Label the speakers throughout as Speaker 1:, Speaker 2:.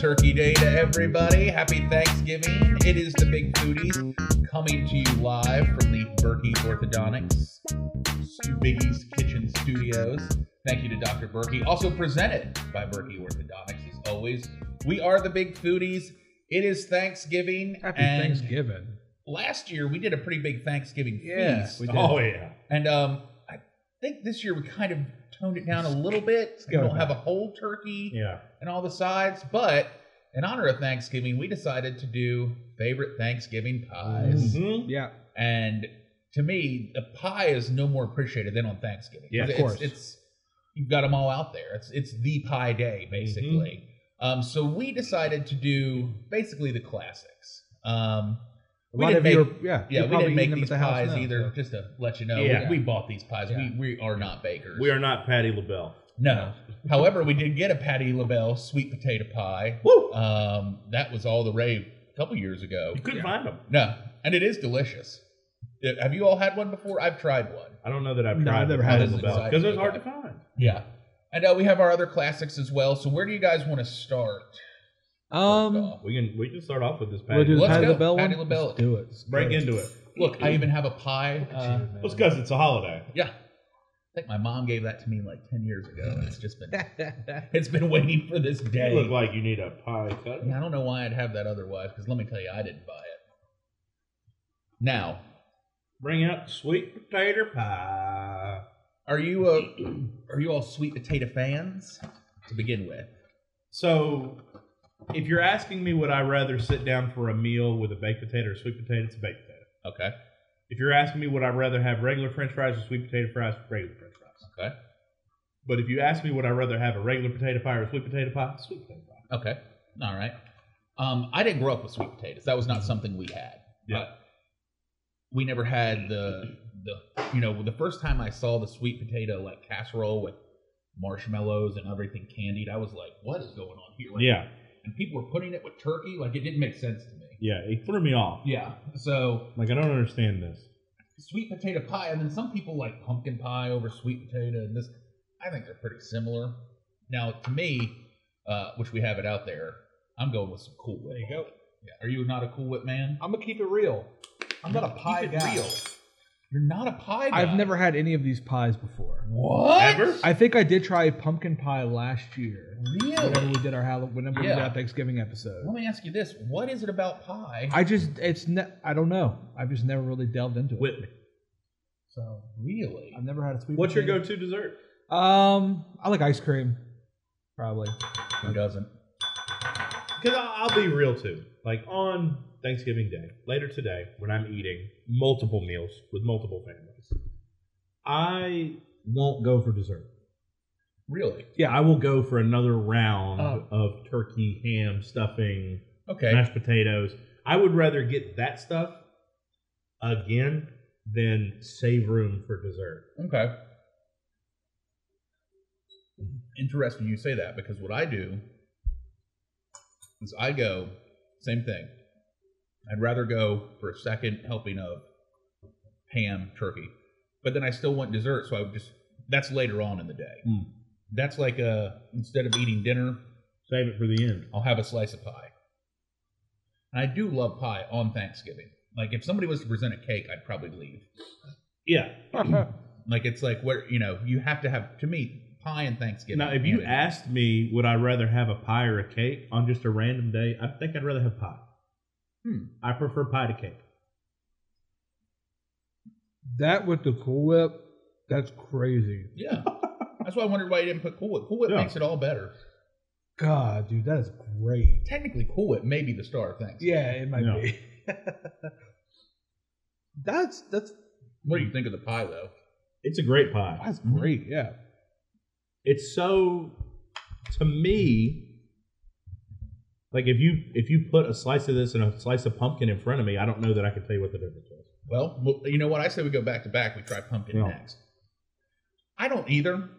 Speaker 1: Turkey Day to everybody. Happy Thanksgiving. It is the Big Foodies coming to you live from the Berkey Orthodontics, Stu Biggie's Kitchen Studios. Thank you to Dr. Berkey. Also presented by Berkey Orthodontics, as always. We are the Big Foodies. It is Thanksgiving.
Speaker 2: Happy
Speaker 1: and
Speaker 2: Thanksgiving.
Speaker 1: Last year, we did a pretty big Thanksgiving
Speaker 2: Yeah,
Speaker 1: feast.
Speaker 2: we did.
Speaker 1: Oh, yeah. And um, I think this year we kind of toned it down a little bit. We
Speaker 2: go
Speaker 1: don't
Speaker 2: back.
Speaker 1: have a whole turkey
Speaker 2: Yeah.
Speaker 1: and all the sides. But in honor of Thanksgiving, we decided to do favorite Thanksgiving pies.
Speaker 2: Mm-hmm.
Speaker 3: Hmm?
Speaker 2: Yeah.
Speaker 1: And to me, the pie is no more appreciated than on Thanksgiving.
Speaker 2: Yeah, of
Speaker 1: It's-
Speaker 2: course.
Speaker 1: It's you've got them all out there. It's it's the pie day basically.
Speaker 2: Mm-hmm.
Speaker 1: Um, so we decided to do basically the classics. Um,
Speaker 2: A
Speaker 1: We
Speaker 2: lot
Speaker 1: didn't
Speaker 2: of
Speaker 1: make-
Speaker 2: you are, yeah.
Speaker 1: yeah,
Speaker 2: you're
Speaker 1: we
Speaker 2: probably
Speaker 1: didn't make
Speaker 2: eating them at
Speaker 1: these
Speaker 2: the house
Speaker 1: pies
Speaker 2: now,
Speaker 1: either.
Speaker 2: so.
Speaker 1: Just to let you know,
Speaker 3: Yeah.
Speaker 1: we, we bought these pies.
Speaker 2: Yeah.
Speaker 1: We we are not bakers.
Speaker 3: We are not Patty LaBelle.
Speaker 1: No. However, we did get a Patty LaBelle sweet potato pie.
Speaker 3: Woo!
Speaker 1: Um, that was all the rave a couple years ago.
Speaker 3: You couldn't
Speaker 2: Yeah.
Speaker 3: find them.
Speaker 1: No, and it is delicious. Uh, Have you all had one before? I've tried one.
Speaker 3: I don't know that I've
Speaker 2: No,
Speaker 3: tried
Speaker 2: I've never
Speaker 3: Patty
Speaker 1: had it.
Speaker 3: LaBelle because it was hard to find.
Speaker 1: Yeah. And uh, we have our other classics as well. So where do you guys want to start? First
Speaker 2: Um,
Speaker 1: off,
Speaker 3: We can we can start off with this
Speaker 2: we'll
Speaker 3: Patty.
Speaker 2: do the
Speaker 1: Let's
Speaker 3: LaBelle.
Speaker 2: Patty
Speaker 1: go.
Speaker 2: LaBelle one.
Speaker 1: Patty LaBelle.
Speaker 2: Let's do it. Let's
Speaker 3: Break
Speaker 2: do it.
Speaker 3: into it.
Speaker 1: Look, I even have a pie. Uh,
Speaker 2: Gee,
Speaker 3: It's because it's a holiday.
Speaker 1: yeah. I think my mom gave that to me like 10 years ago. and It's just been it's been waiting for this day.
Speaker 3: You look like you need a pie cut.
Speaker 1: And I don't know why I'd have that otherwise, because let me tell you, I didn't buy it. Now,
Speaker 3: Bring out sweet potato pie.
Speaker 1: are you uh are you all sweet potato fans to begin with?
Speaker 3: So, if you're asking me, would I rather sit down for a meal with a baked potato or sweet potato? It's a baked potato.
Speaker 1: Okay.
Speaker 3: If you're asking me, would I rather have regular French fries or sweet potato fries? Regular French fries.
Speaker 1: Okay.
Speaker 3: But if you ask me, would I rather have a regular potato pie or a sweet potato pie? Sweet potato pie.
Speaker 1: Okay. All right. Um, I didn't grow up with sweet potatoes. That was not something we had.
Speaker 3: Yeah.
Speaker 1: Uh, we never had the the you know the first time I saw the sweet potato like casserole with marshmallows and everything candied, I was like, what is going on here? Like,
Speaker 3: Yeah,
Speaker 1: And people were putting it with turkey. Like it didn't make sense to me.
Speaker 3: yeah. It threw me off.
Speaker 1: Yeah. So
Speaker 3: Like I don't understand this.
Speaker 1: sweet potato pie, and then some people like pumpkin pie over sweet potato, and this I think they're pretty similar. Now, to me, uh, which we have it out there, I'm going with some Cool Whip.
Speaker 2: There you go.
Speaker 1: Yeah. Are you not a Cool Whip man?
Speaker 2: I'm gonna keep it real. I'm not a pie
Speaker 1: Keep it
Speaker 2: guy.
Speaker 1: real. You're not a pie guy.
Speaker 2: I've never had any of these pies before.
Speaker 1: What?
Speaker 3: Ever?
Speaker 2: I think I did try a pumpkin pie last year. Whenever
Speaker 1: Really?
Speaker 2: we did our Halloween, whenever we did
Speaker 1: Yeah.
Speaker 2: our Thanksgiving episode.
Speaker 1: Let me ask you this: What is it about pie?
Speaker 2: I just it's ne- I don't know. I've just never really delved into it.
Speaker 3: Whip me.
Speaker 2: So
Speaker 1: really?
Speaker 2: I've never had a sweet.
Speaker 3: What's your
Speaker 2: potato.
Speaker 3: go-to dessert?
Speaker 2: Um, I like ice cream, probably.
Speaker 1: Who doesn't?
Speaker 3: Because I'll be real too. Like on Thanksgiving Day, later today, when I'm eating multiple meals with multiple families, I won't go for dessert.
Speaker 1: Really?
Speaker 3: Yeah, I will go for another round
Speaker 2: Oh.
Speaker 3: of turkey, ham, stuffing,
Speaker 1: Okay.
Speaker 3: mashed potatoes. I would rather get that stuff again than save room for dessert.
Speaker 1: Okay. Interesting you say that because what I do is I go, same thing. I'd rather go for a second helping of ham, turkey, but then I still want dessert, so I would just, that's later on in the day.
Speaker 3: Hmm.
Speaker 1: That's like a, instead of eating dinner,
Speaker 3: Save it for the end.
Speaker 1: I'll have a slice of pie. And I do love pie on Thanksgiving. Like if somebody was to present a cake, I'd probably leave.
Speaker 3: Yeah.
Speaker 1: Like it's like where you know you have to have to me pie and Thanksgiving.
Speaker 3: Now, if you
Speaker 1: Yeah.
Speaker 3: asked me, would I rather have a pie or a cake on just a random day? I think I'd rather have pie.
Speaker 1: Hmm.
Speaker 3: I prefer pie to cake.
Speaker 2: That with the Cool Whip, that's crazy.
Speaker 1: yeah, that's why I wondered why you didn't put Cool Whip. Cool Whip
Speaker 3: Yeah.
Speaker 1: makes it all better.
Speaker 2: God, dude, that is great.
Speaker 1: Technically, Cool Whip may be the star of Thanksgiving.
Speaker 2: Yeah, it might
Speaker 3: No.
Speaker 2: be. that's that's
Speaker 1: What do you think of the pie though?
Speaker 3: It's a great pie.
Speaker 2: that's great. Yeah.
Speaker 3: It's so to me like if you if you put a slice of this and a slice of pumpkin in front of me, I don't know that I can tell you what the difference is.
Speaker 1: Well, well, you know what I say we go back to back. We try pumpkin
Speaker 3: Yeah.
Speaker 1: next. I don't either,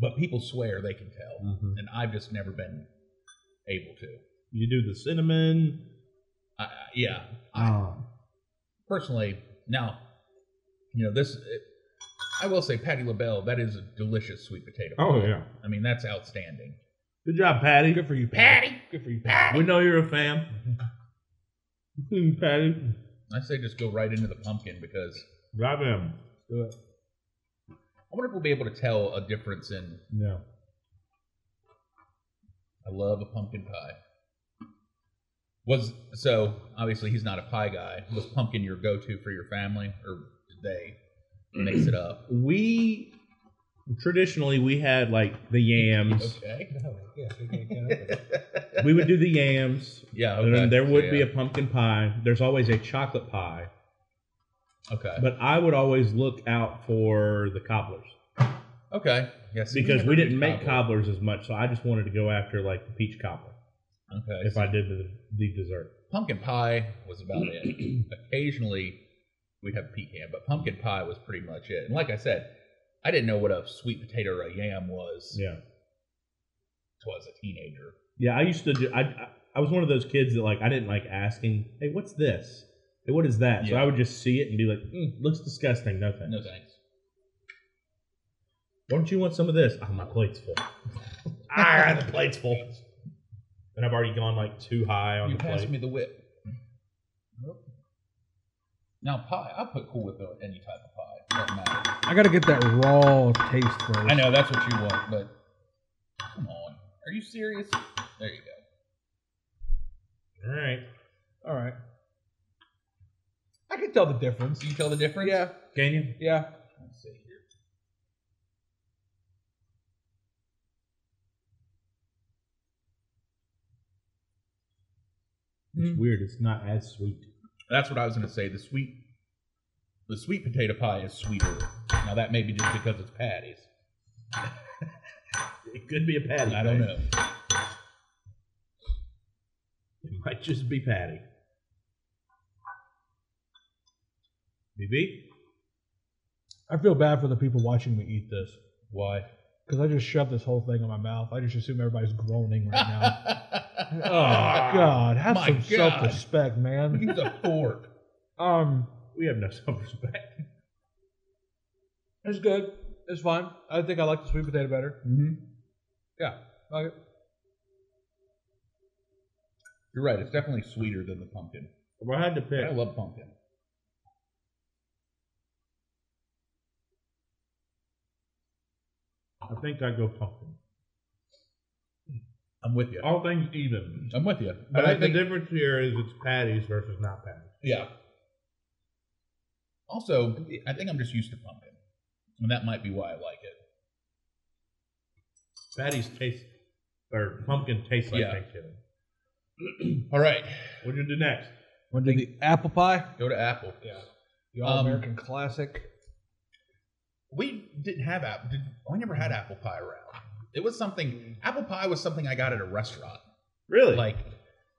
Speaker 1: but people swear they can tell,
Speaker 3: Mm-hmm.
Speaker 1: and I've just never been able to.
Speaker 3: You do the cinnamon.
Speaker 1: I, I- yeah, I,
Speaker 3: Ah.
Speaker 1: personally now, you know this. I will say, Patty LaBelle, that is a delicious sweet potato. pie.
Speaker 3: Oh yeah.
Speaker 1: I mean, that's outstanding.
Speaker 3: Good job, Patty.
Speaker 2: Good for you,
Speaker 1: Patty.
Speaker 2: Good for you, Patty.
Speaker 3: We know you're a fan. Patty.
Speaker 1: I say just go right into the pumpkin because
Speaker 3: Rob him.
Speaker 2: Do it.
Speaker 1: I wonder if we'll be able to tell a difference in.
Speaker 3: No.
Speaker 1: I love a pumpkin pie. Was so obviously he's not a pie guy. Was pumpkin your go-to for your family, or did they mix it up?
Speaker 3: We traditionally we had like the yams.
Speaker 1: Okay.
Speaker 2: Oh, Yeah, they can't get up with it.
Speaker 3: we would do the yams.
Speaker 1: Yeah.
Speaker 3: And then
Speaker 1: okay.
Speaker 3: there would
Speaker 1: So,
Speaker 3: be
Speaker 1: yeah.
Speaker 3: a pumpkin pie. There's always a chocolate pie.
Speaker 1: okay.
Speaker 3: But I would always look out for the cobblers.
Speaker 1: Okay. Yes.
Speaker 3: Because we didn't make
Speaker 1: cob.
Speaker 3: cobblers as much, so I just wanted to go after like the peach cobbler
Speaker 1: Okay.
Speaker 3: if I did the, the dessert.
Speaker 1: pumpkin pie was about it. Occasionally, we'd have pecan, but pumpkin pie was pretty much it. And like I said, I didn't know what a sweet potato or a yam was.
Speaker 3: Yeah.
Speaker 1: until I was a teenager.
Speaker 3: Yeah, I used to do. I I- I was one of those kids that like I didn't like asking, "Hey, what's this? Hey, what is that?" So
Speaker 1: Yeah.
Speaker 3: I would just see it and be like, mm, "Looks disgusting." No thanks.
Speaker 1: No thanks.
Speaker 3: Don't you want some of this? Oh, my plate's full. ah, the plate's full. And I've already gone like too high on
Speaker 1: You
Speaker 3: the
Speaker 1: passed
Speaker 3: plate.
Speaker 1: me the whip. Now pie, I put cool whip on any type of pie. Doesn't matter.
Speaker 2: I gotta get that raw taste first.
Speaker 1: I know that's what you want, but come on, are you serious? There you go.
Speaker 3: All right,
Speaker 2: All right. I can tell the difference.
Speaker 1: Can you tell the difference?
Speaker 2: Yeah,
Speaker 3: can you?
Speaker 2: yeah.
Speaker 1: Let's see here.
Speaker 3: It's weird. It's not as sweet.
Speaker 1: That's what I was going to say. The sweet, the sweet potato pie is sweeter. Now that may be just because it's patties.
Speaker 3: It could be a patty.
Speaker 1: I don't
Speaker 3: right?
Speaker 1: know.
Speaker 3: It might just be patty. BB.
Speaker 2: I feel bad for the people watching me eat this
Speaker 1: Why?
Speaker 2: because I just shoved this whole thing in my mouth. I just assume everybody's groaning right now.
Speaker 1: Use
Speaker 2: oh
Speaker 1: Ah.
Speaker 2: God, have
Speaker 1: my
Speaker 2: some
Speaker 1: God.
Speaker 2: self-respect, man.
Speaker 1: a fork.
Speaker 2: Um,
Speaker 3: We have no self-respect.
Speaker 2: it's good. It's fine. I think I like the sweet potato better.
Speaker 1: Mm-hmm.
Speaker 2: Yeah, like it.
Speaker 1: You're right. It's definitely sweeter than the pumpkin.
Speaker 3: If I had to pick,
Speaker 1: I love pumpkin.
Speaker 3: I think I'd go pumpkin.
Speaker 1: I'm with you.
Speaker 3: All things even.
Speaker 1: I'm with you.
Speaker 3: But
Speaker 1: But
Speaker 3: I
Speaker 1: I
Speaker 3: think
Speaker 1: think
Speaker 3: the difference here is it's patties versus not patties.
Speaker 1: yeah. Also, I think I'm just used to pumpkin, and that might be why I like it.
Speaker 3: Patties taste, or pumpkin tastes like
Speaker 1: Yeah.
Speaker 3: Thanksgiving.
Speaker 1: All right,
Speaker 3: What do you do next?
Speaker 2: Want to do the apple pie?
Speaker 1: go to apple.
Speaker 2: Yeah, the all-American classic.
Speaker 1: We didn't have apple. Did, we never had apple pie around. It was something. Apple pie was something I got at a restaurant,
Speaker 3: Really?
Speaker 1: like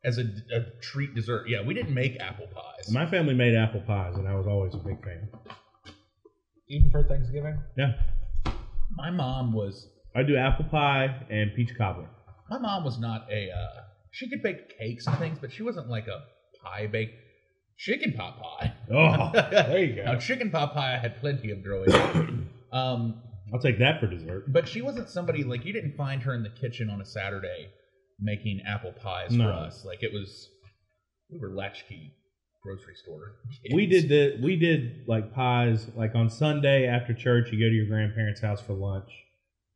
Speaker 1: as a, a treat dessert. Yeah, we didn't make apple pies.
Speaker 3: my family made apple pies, and I was always a big fan.
Speaker 2: Even for Thanksgiving.
Speaker 3: Yeah,
Speaker 1: My mom was.
Speaker 3: I do apple pie and peach cobbler.
Speaker 1: My mom was not a. Uh, she could bake cakes and things, but she wasn't like a pie bake. Chicken pot pie.
Speaker 3: Oh,
Speaker 1: there
Speaker 2: you go.
Speaker 1: Now, chicken pot pie I had plenty of growing up. Um,
Speaker 3: I'll take that for dessert.
Speaker 1: but she wasn't somebody like you didn't find her in the kitchen on a Saturday making apple pies
Speaker 3: No.
Speaker 1: for us. Like it was, we were latchkey grocery store. kids.
Speaker 3: We did the we did like pies like on Sunday after church. You go to your grandparents' house for lunch.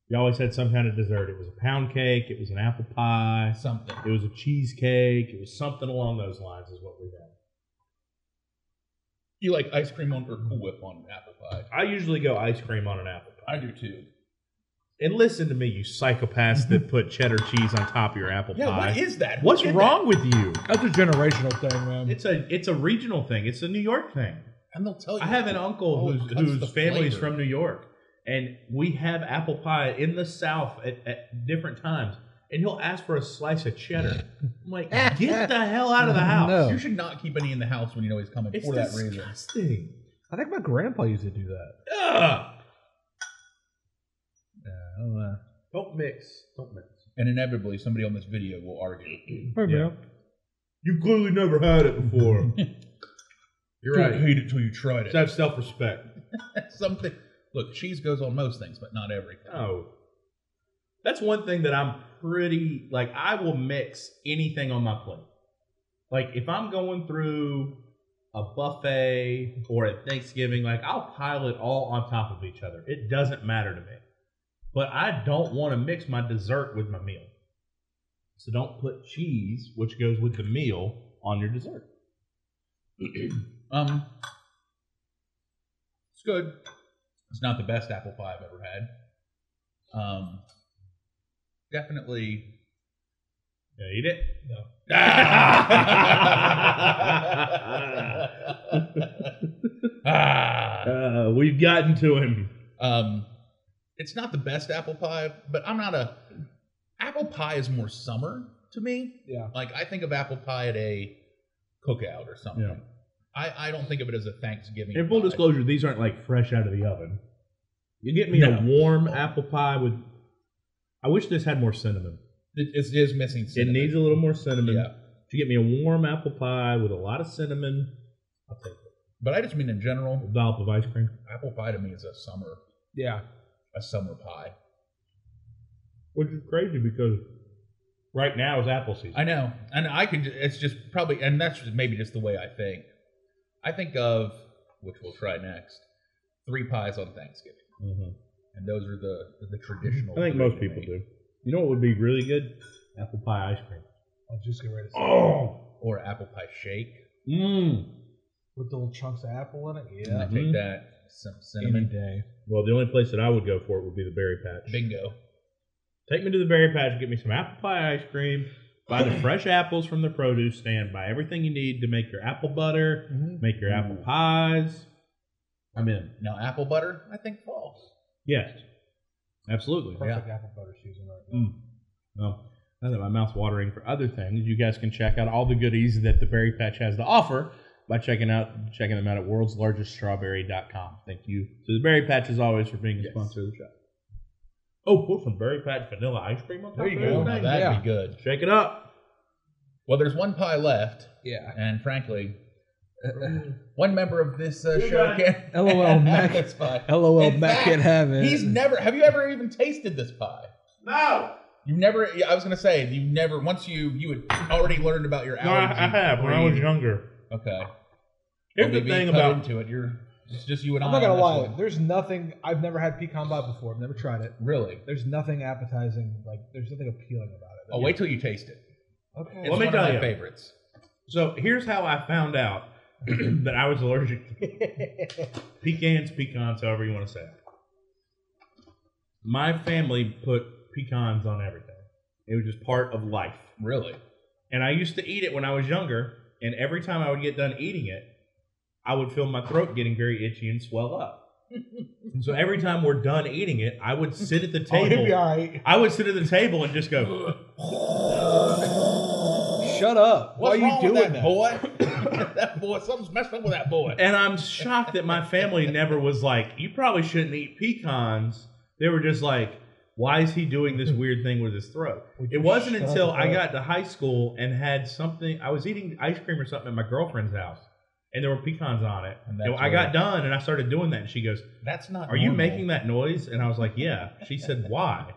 Speaker 3: You always had some kind of dessert. It was a pound cake. It was an apple pie.
Speaker 1: something.
Speaker 3: It was a cheesecake. It was something along those lines is what we had.
Speaker 1: You like ice cream on or Cool Whip on an apple pie?
Speaker 3: I usually go ice cream on an apple pie.
Speaker 1: I do too.
Speaker 3: And listen to me, you psychopaths that put cheddar cheese on top of your apple
Speaker 1: Yeah,
Speaker 3: pie.
Speaker 1: what is that? Who
Speaker 3: What's
Speaker 1: did
Speaker 3: wrong with you?
Speaker 2: That's a generational thing, man.
Speaker 3: It's a it's a regional thing. It's a New York thing.
Speaker 1: that? And they'll tell you.
Speaker 3: I have an uncle
Speaker 1: Oh, it
Speaker 3: whose
Speaker 1: cuts the
Speaker 3: whose family's
Speaker 1: flavor.
Speaker 3: from New York, and we have apple pie in the South at, at different times. And he'll ask for a slice of cheddar. I'm like, get the hell out of the house.
Speaker 2: No.
Speaker 1: You should not keep any in the house when you know he's coming
Speaker 3: It's
Speaker 1: for that reason.
Speaker 3: disgusting.
Speaker 2: I think my grandpa used to do that.
Speaker 3: Ugh.
Speaker 2: Yeah, I don't know.
Speaker 3: Don't mix. Don't mix.
Speaker 1: And inevitably, somebody on this video will argue.
Speaker 2: Maybe
Speaker 3: Yeah. You've clearly never had it before. You're
Speaker 1: Don't hate it till you tried it.
Speaker 3: Have self respect.
Speaker 1: Something. Look, cheese goes on most things, but not everything.
Speaker 3: No. That's one thing that I'm pretty like I will mix anything on my plate. Like if I'm going through a buffet or at Thanksgiving, like I'll pile it all on top of each other. It doesn't matter to me. But I don't want to mix my dessert with my meal. So don't put cheese, which goes with the meal, on your dessert.
Speaker 1: Um, it's good. It's not the best apple pie I've ever had. Um, definitely.
Speaker 3: You eat it?
Speaker 2: No.
Speaker 1: Ah.
Speaker 3: Uh, we've gotten to him.
Speaker 1: Um, it's not the best apple pie, but I'm not a apple pie is more summer to me.
Speaker 2: Yeah.
Speaker 1: Like I think of apple pie at a cookout or something.
Speaker 3: Yeah.
Speaker 1: I, I don't think of it as a Thanksgiving.
Speaker 3: In full
Speaker 1: pie.
Speaker 3: disclosure, these aren't like fresh out of the oven. You get me
Speaker 2: No.
Speaker 3: a warm apple pie with. I wish this had more cinnamon.
Speaker 1: it, it is missing. Cinnamon.
Speaker 3: It needs a little more cinnamon.
Speaker 1: Yeah.
Speaker 3: If you get me a warm apple pie with a lot of cinnamon, I'll take it.
Speaker 1: but I just mean in
Speaker 3: A
Speaker 1: general,
Speaker 3: dollop of ice cream.
Speaker 1: apple pie to me is a summer
Speaker 2: Yeah.
Speaker 1: a summer pie.
Speaker 3: Which is crazy because right now is apple season.
Speaker 1: I know, and I could. It's just probably, and that's just maybe just the way I think. I think of which we'll try next. Three pies on Thanksgiving,
Speaker 3: Mhm.
Speaker 1: and those are the the traditional.
Speaker 3: I think
Speaker 1: three
Speaker 3: most
Speaker 1: to
Speaker 3: people
Speaker 1: me.
Speaker 3: do. You know what would be really good? Apple pie ice cream.
Speaker 2: I'll just get ready to say
Speaker 3: Oh!
Speaker 1: or apple pie shake.
Speaker 3: Mmm.
Speaker 2: With the little chunks of apple in it?
Speaker 1: And I
Speaker 2: Yeah.
Speaker 1: take
Speaker 3: Mhm.
Speaker 1: that some
Speaker 2: Any
Speaker 1: cinnamon
Speaker 2: day.
Speaker 3: Well, the only place that I would go for it would be the berry patch.
Speaker 1: bingo.
Speaker 3: Take me to the berry patch, get me some apple pie ice cream, buy the fresh apples from the produce stand, buy everything you need to make your apple butter, make your apple
Speaker 1: Mm.
Speaker 3: pies. I'm in.
Speaker 1: Now apple butter, I think fall.
Speaker 3: Yes. Absolutely.
Speaker 2: Perfect apple butter season right now.
Speaker 3: Mm. Well, now that my mouth's watering for other things, you guys can check out all the goodies that the Berry Patch has to offer by checking out checking them out at worldslargeststrawberry.com. Thank you to the Berry Patch as always for being a
Speaker 1: Yes.
Speaker 3: sponsor of the show. Oh, put some Berry Patch vanilla ice cream on top.
Speaker 2: There you
Speaker 3: of
Speaker 2: go.
Speaker 3: it.
Speaker 1: Oh, Now,
Speaker 2: Nice.
Speaker 1: that'd
Speaker 2: Yeah.
Speaker 1: be good.
Speaker 3: Shake it up.
Speaker 1: Well, there's one pie left,
Speaker 2: Yeah.
Speaker 1: and frankly, one member of this uh,
Speaker 3: You're
Speaker 1: show
Speaker 3: right.
Speaker 1: can
Speaker 2: LOL, Mac.
Speaker 1: That's fine.
Speaker 2: LOL,
Speaker 1: In
Speaker 2: Mac
Speaker 1: fact,
Speaker 2: can't have it.
Speaker 1: He's never. Have you ever even tasted this pie?
Speaker 3: No.
Speaker 1: You never. I was gonna say you never. Once you you had already learned about your
Speaker 3: No, I,
Speaker 1: allergy.
Speaker 3: I have when I was
Speaker 1: breed.
Speaker 3: younger.
Speaker 1: Okay.
Speaker 3: Here's
Speaker 1: Well,
Speaker 3: the
Speaker 1: maybe
Speaker 3: thing
Speaker 1: cut
Speaker 3: about
Speaker 1: into it. You're it's just you and
Speaker 2: I'm
Speaker 1: I.
Speaker 2: not gonna
Speaker 1: on
Speaker 2: lie.
Speaker 1: this one.
Speaker 2: There's nothing. I've never had pecan pie before. I've never tried it.
Speaker 1: Really.
Speaker 2: There's nothing appetizing. Like there's nothing appealing about it.
Speaker 1: Oh, wait till you taste it.
Speaker 2: Okay.
Speaker 1: It's
Speaker 3: Let me
Speaker 1: one
Speaker 3: tell
Speaker 1: of my
Speaker 3: you.
Speaker 1: favorites.
Speaker 3: so here's how I found out that I was allergic to pecans, pecans, however you want to say it. My family put pecans on everything. It was just part of life.
Speaker 1: Really.
Speaker 3: And I used to eat it when I was younger, and every time I would get done eating it, I would feel my throat getting very itchy and swell up. and so every time we're done eating it, I would sit at the
Speaker 2: Oh, he'll be
Speaker 3: table.
Speaker 2: all right.
Speaker 3: I would sit at the table and just go,
Speaker 2: Shut
Speaker 1: What's
Speaker 2: up. Why are you
Speaker 1: wrong
Speaker 2: doing
Speaker 1: with that,
Speaker 2: that?
Speaker 1: boy? that boy, something's messed up with that boy.
Speaker 3: and I'm shocked that my family never was like, "You probably shouldn't eat pecans." They were just like, "Why is he doing this weird thing with his throat?"
Speaker 2: Would
Speaker 3: It
Speaker 2: you
Speaker 3: wasn't
Speaker 2: shut
Speaker 3: until I
Speaker 2: up?
Speaker 3: got to high school and had something. I was eating ice cream or something at my girlfriend's house, and there were pecans on it.
Speaker 1: And
Speaker 3: And
Speaker 1: that's
Speaker 3: I
Speaker 1: where-
Speaker 3: got done, and I started doing that, and she goes,
Speaker 1: That's not.
Speaker 3: "Are you
Speaker 1: normal.
Speaker 3: making that noise?" And I was like, "Yeah." She said, "Why?"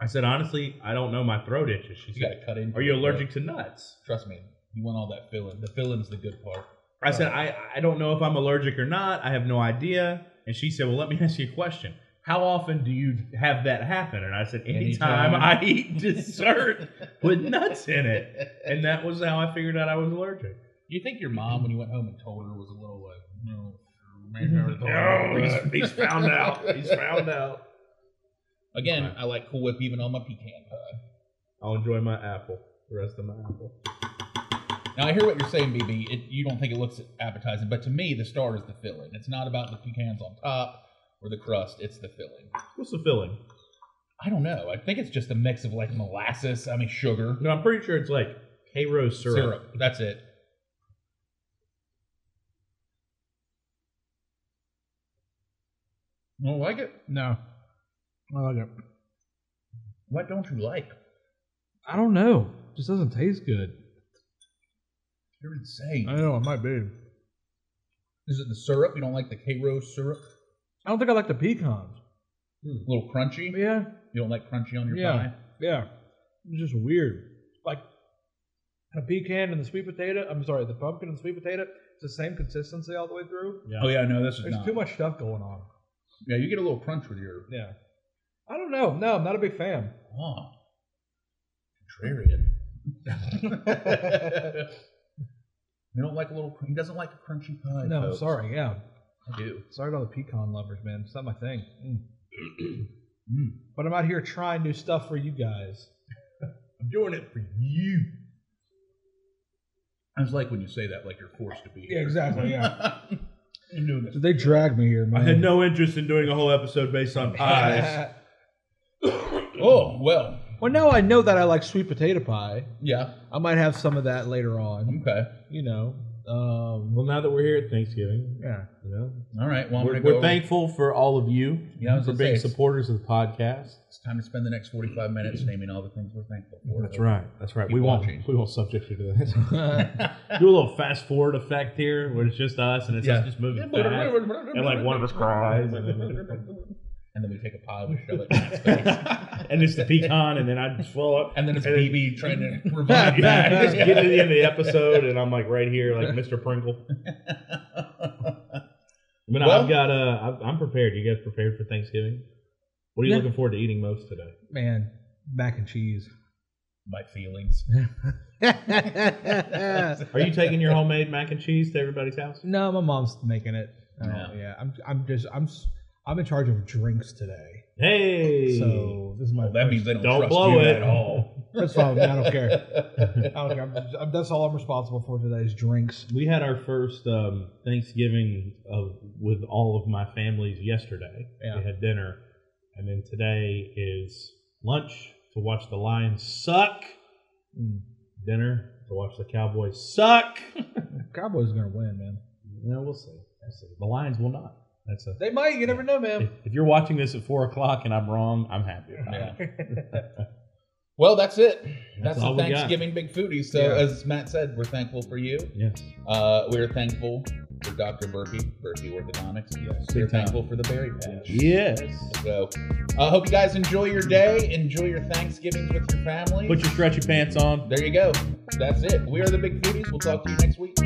Speaker 3: I said, "Honestly, I don't know. My throat itches." She
Speaker 1: You got
Speaker 3: said,
Speaker 1: to cut in.
Speaker 3: "Are you allergic to nuts?"
Speaker 1: Trust me. You want all that filling. The filling's the good part.
Speaker 3: I said, I, I don't know if I'm allergic or not. I have no idea. And she said, Well, let me ask you a question. How often do you have that happen? And I said, Anytime,
Speaker 1: Anytime.
Speaker 3: I eat dessert with nuts in it. And that was how I figured out I was allergic.
Speaker 1: You think your mom, when you went home and told her, was a little like, no, Oh,
Speaker 3: No, he's, he's found out. He's found out.
Speaker 1: Again, I like Cool Whip even on my pecan pie.
Speaker 3: I'll enjoy my apple. The rest of my apple.
Speaker 1: Now I hear what you're saying, BB. It, you don't think it looks appetizing, but to me, the star is the filling. It's not about the pecans on top or the crust. It's the filling.
Speaker 3: What's the filling?
Speaker 1: I don't know. I think it's just a mix of like molasses. I mean, sugar,
Speaker 3: No, I'm pretty sure it's like K Rose syrup.
Speaker 1: syrup. That's it. You don't like it?
Speaker 2: No. I like it.
Speaker 1: What don't you like?
Speaker 2: I don't know. It just doesn't taste good.
Speaker 1: You're insane.
Speaker 2: I know. It might be.
Speaker 1: Is it the syrup? You don't like the K Rose syrup?
Speaker 2: I don't think I like the pecans.
Speaker 1: A little crunchy?
Speaker 2: Yeah.
Speaker 1: You don't like crunchy on your
Speaker 2: Yeah.
Speaker 1: pie?
Speaker 2: Yeah, it's just weird. Like a pecan and the sweet potato. I'm sorry, the pumpkin and the sweet potato. It's the same consistency all the way through.
Speaker 3: Yeah.
Speaker 1: Oh yeah, no, this is
Speaker 2: There's
Speaker 1: not.
Speaker 2: too much stuff going on.
Speaker 1: Yeah, you get a little crunch with your.
Speaker 2: Yeah, I don't know. No, I'm not a big fan.
Speaker 1: Oh, contrarian. you don't like a little. He doesn't like a crunchy pie.
Speaker 2: No, I'm
Speaker 1: folks.
Speaker 2: sorry. Yeah,
Speaker 1: I do.
Speaker 2: sorry about the pecan lovers, man. It's not my thing. Mm.
Speaker 1: Mm.
Speaker 2: But I'm out here trying new stuff for you guys.
Speaker 1: I'm doing it for you. I was like when you say that, like you're forced to be.
Speaker 2: Yeah,
Speaker 1: here.
Speaker 2: exactly, yeah.
Speaker 1: I'm doing this.
Speaker 2: They drag me here,
Speaker 3: I had no interest in doing a whole episode based on pies.
Speaker 1: Oh well.
Speaker 2: well, now I know that I like sweet potato pie.
Speaker 1: Yeah.
Speaker 2: I might have some of that later on.
Speaker 1: Okay.
Speaker 2: You know. Um,
Speaker 3: well, now that we're here at Thanksgiving,
Speaker 2: yeah.
Speaker 3: you know,
Speaker 1: All right. Well, I'm
Speaker 3: we're,
Speaker 1: gonna go
Speaker 3: we're
Speaker 1: over-
Speaker 3: thankful for all of you
Speaker 1: Yeah, I was
Speaker 3: for
Speaker 1: gonna say,
Speaker 3: being
Speaker 1: it's-
Speaker 3: supporters of the podcast.
Speaker 1: It's time to spend the next 45 minutes naming all the things we're thankful for.
Speaker 3: That's right. That's right.
Speaker 1: Keep
Speaker 3: We won't.
Speaker 1: watching.
Speaker 3: We won't subject you to that. Do a little fast forward effect here, where it's just us and it's
Speaker 1: Yeah.
Speaker 3: us just moving fast, and like one of us cries, and then,
Speaker 1: And then we take a pie, we shove it in his face.
Speaker 3: and it's the pecan, and then I swallow up,
Speaker 1: And then it's
Speaker 3: And then-
Speaker 1: BB trying to revive
Speaker 3: Yeah,
Speaker 1: back.
Speaker 3: I just get to the end of the episode, and I'm like right here, like Mr. Pringle. I mean,
Speaker 1: Well-
Speaker 3: I've got. Uh, I've, I'm prepared. You guys prepared for Thanksgiving? What are you
Speaker 2: Yeah.
Speaker 3: looking forward to eating most today?
Speaker 2: Man, mac and cheese.
Speaker 1: My feelings.
Speaker 2: no,
Speaker 3: Are you taking your homemade mac and cheese to everybody's house?
Speaker 2: my mom's making it. Oh,
Speaker 1: Yeah.
Speaker 2: yeah. I'm. I'm just. I'm. s- I'm in charge of drinks today.
Speaker 3: Hey,
Speaker 2: So this is my.
Speaker 1: Well, that
Speaker 2: first-
Speaker 1: means they don't,
Speaker 3: don't
Speaker 1: trust
Speaker 3: blow
Speaker 1: you
Speaker 3: it
Speaker 1: at all.
Speaker 2: that's fine. I don't care. I don't care. I'm just- I'm- that's all I'm responsible for today is drinks.
Speaker 3: we had our first um, Thanksgiving of, with all of my families yesterday.
Speaker 2: Yeah.
Speaker 3: We had dinner, and then today is lunch to watch the Lions suck.
Speaker 2: Mm.
Speaker 3: Dinner to watch the Cowboys suck.
Speaker 2: Cowboys are gonna win, man.
Speaker 3: No, we'll see. We'll see. The Lions will not. That's a.
Speaker 2: They might. You never know,
Speaker 3: If,
Speaker 2: man.
Speaker 3: if you're watching this at four o'clock and I'm wrong, I'm happy. About it.
Speaker 1: Well, that's it. That's,
Speaker 3: That's
Speaker 1: the
Speaker 3: all we got.
Speaker 1: Thanksgiving Big Foodie. So,
Speaker 2: Yeah.
Speaker 1: as Matt said, we're thankful for you.
Speaker 3: Yes.
Speaker 1: Uh, we're thankful for Dr. Berkey, Berkey Orthodontics.
Speaker 2: Yes.
Speaker 1: We're
Speaker 3: Big time.
Speaker 1: thankful for the berry patch.
Speaker 3: Yes.
Speaker 1: So, I hope you guys enjoy your day. Enjoy your Thanksgivings with your family.
Speaker 3: Put your stretchy pants on.
Speaker 1: There you go. That's it. We are the Big Foodies. We'll talk to you next week.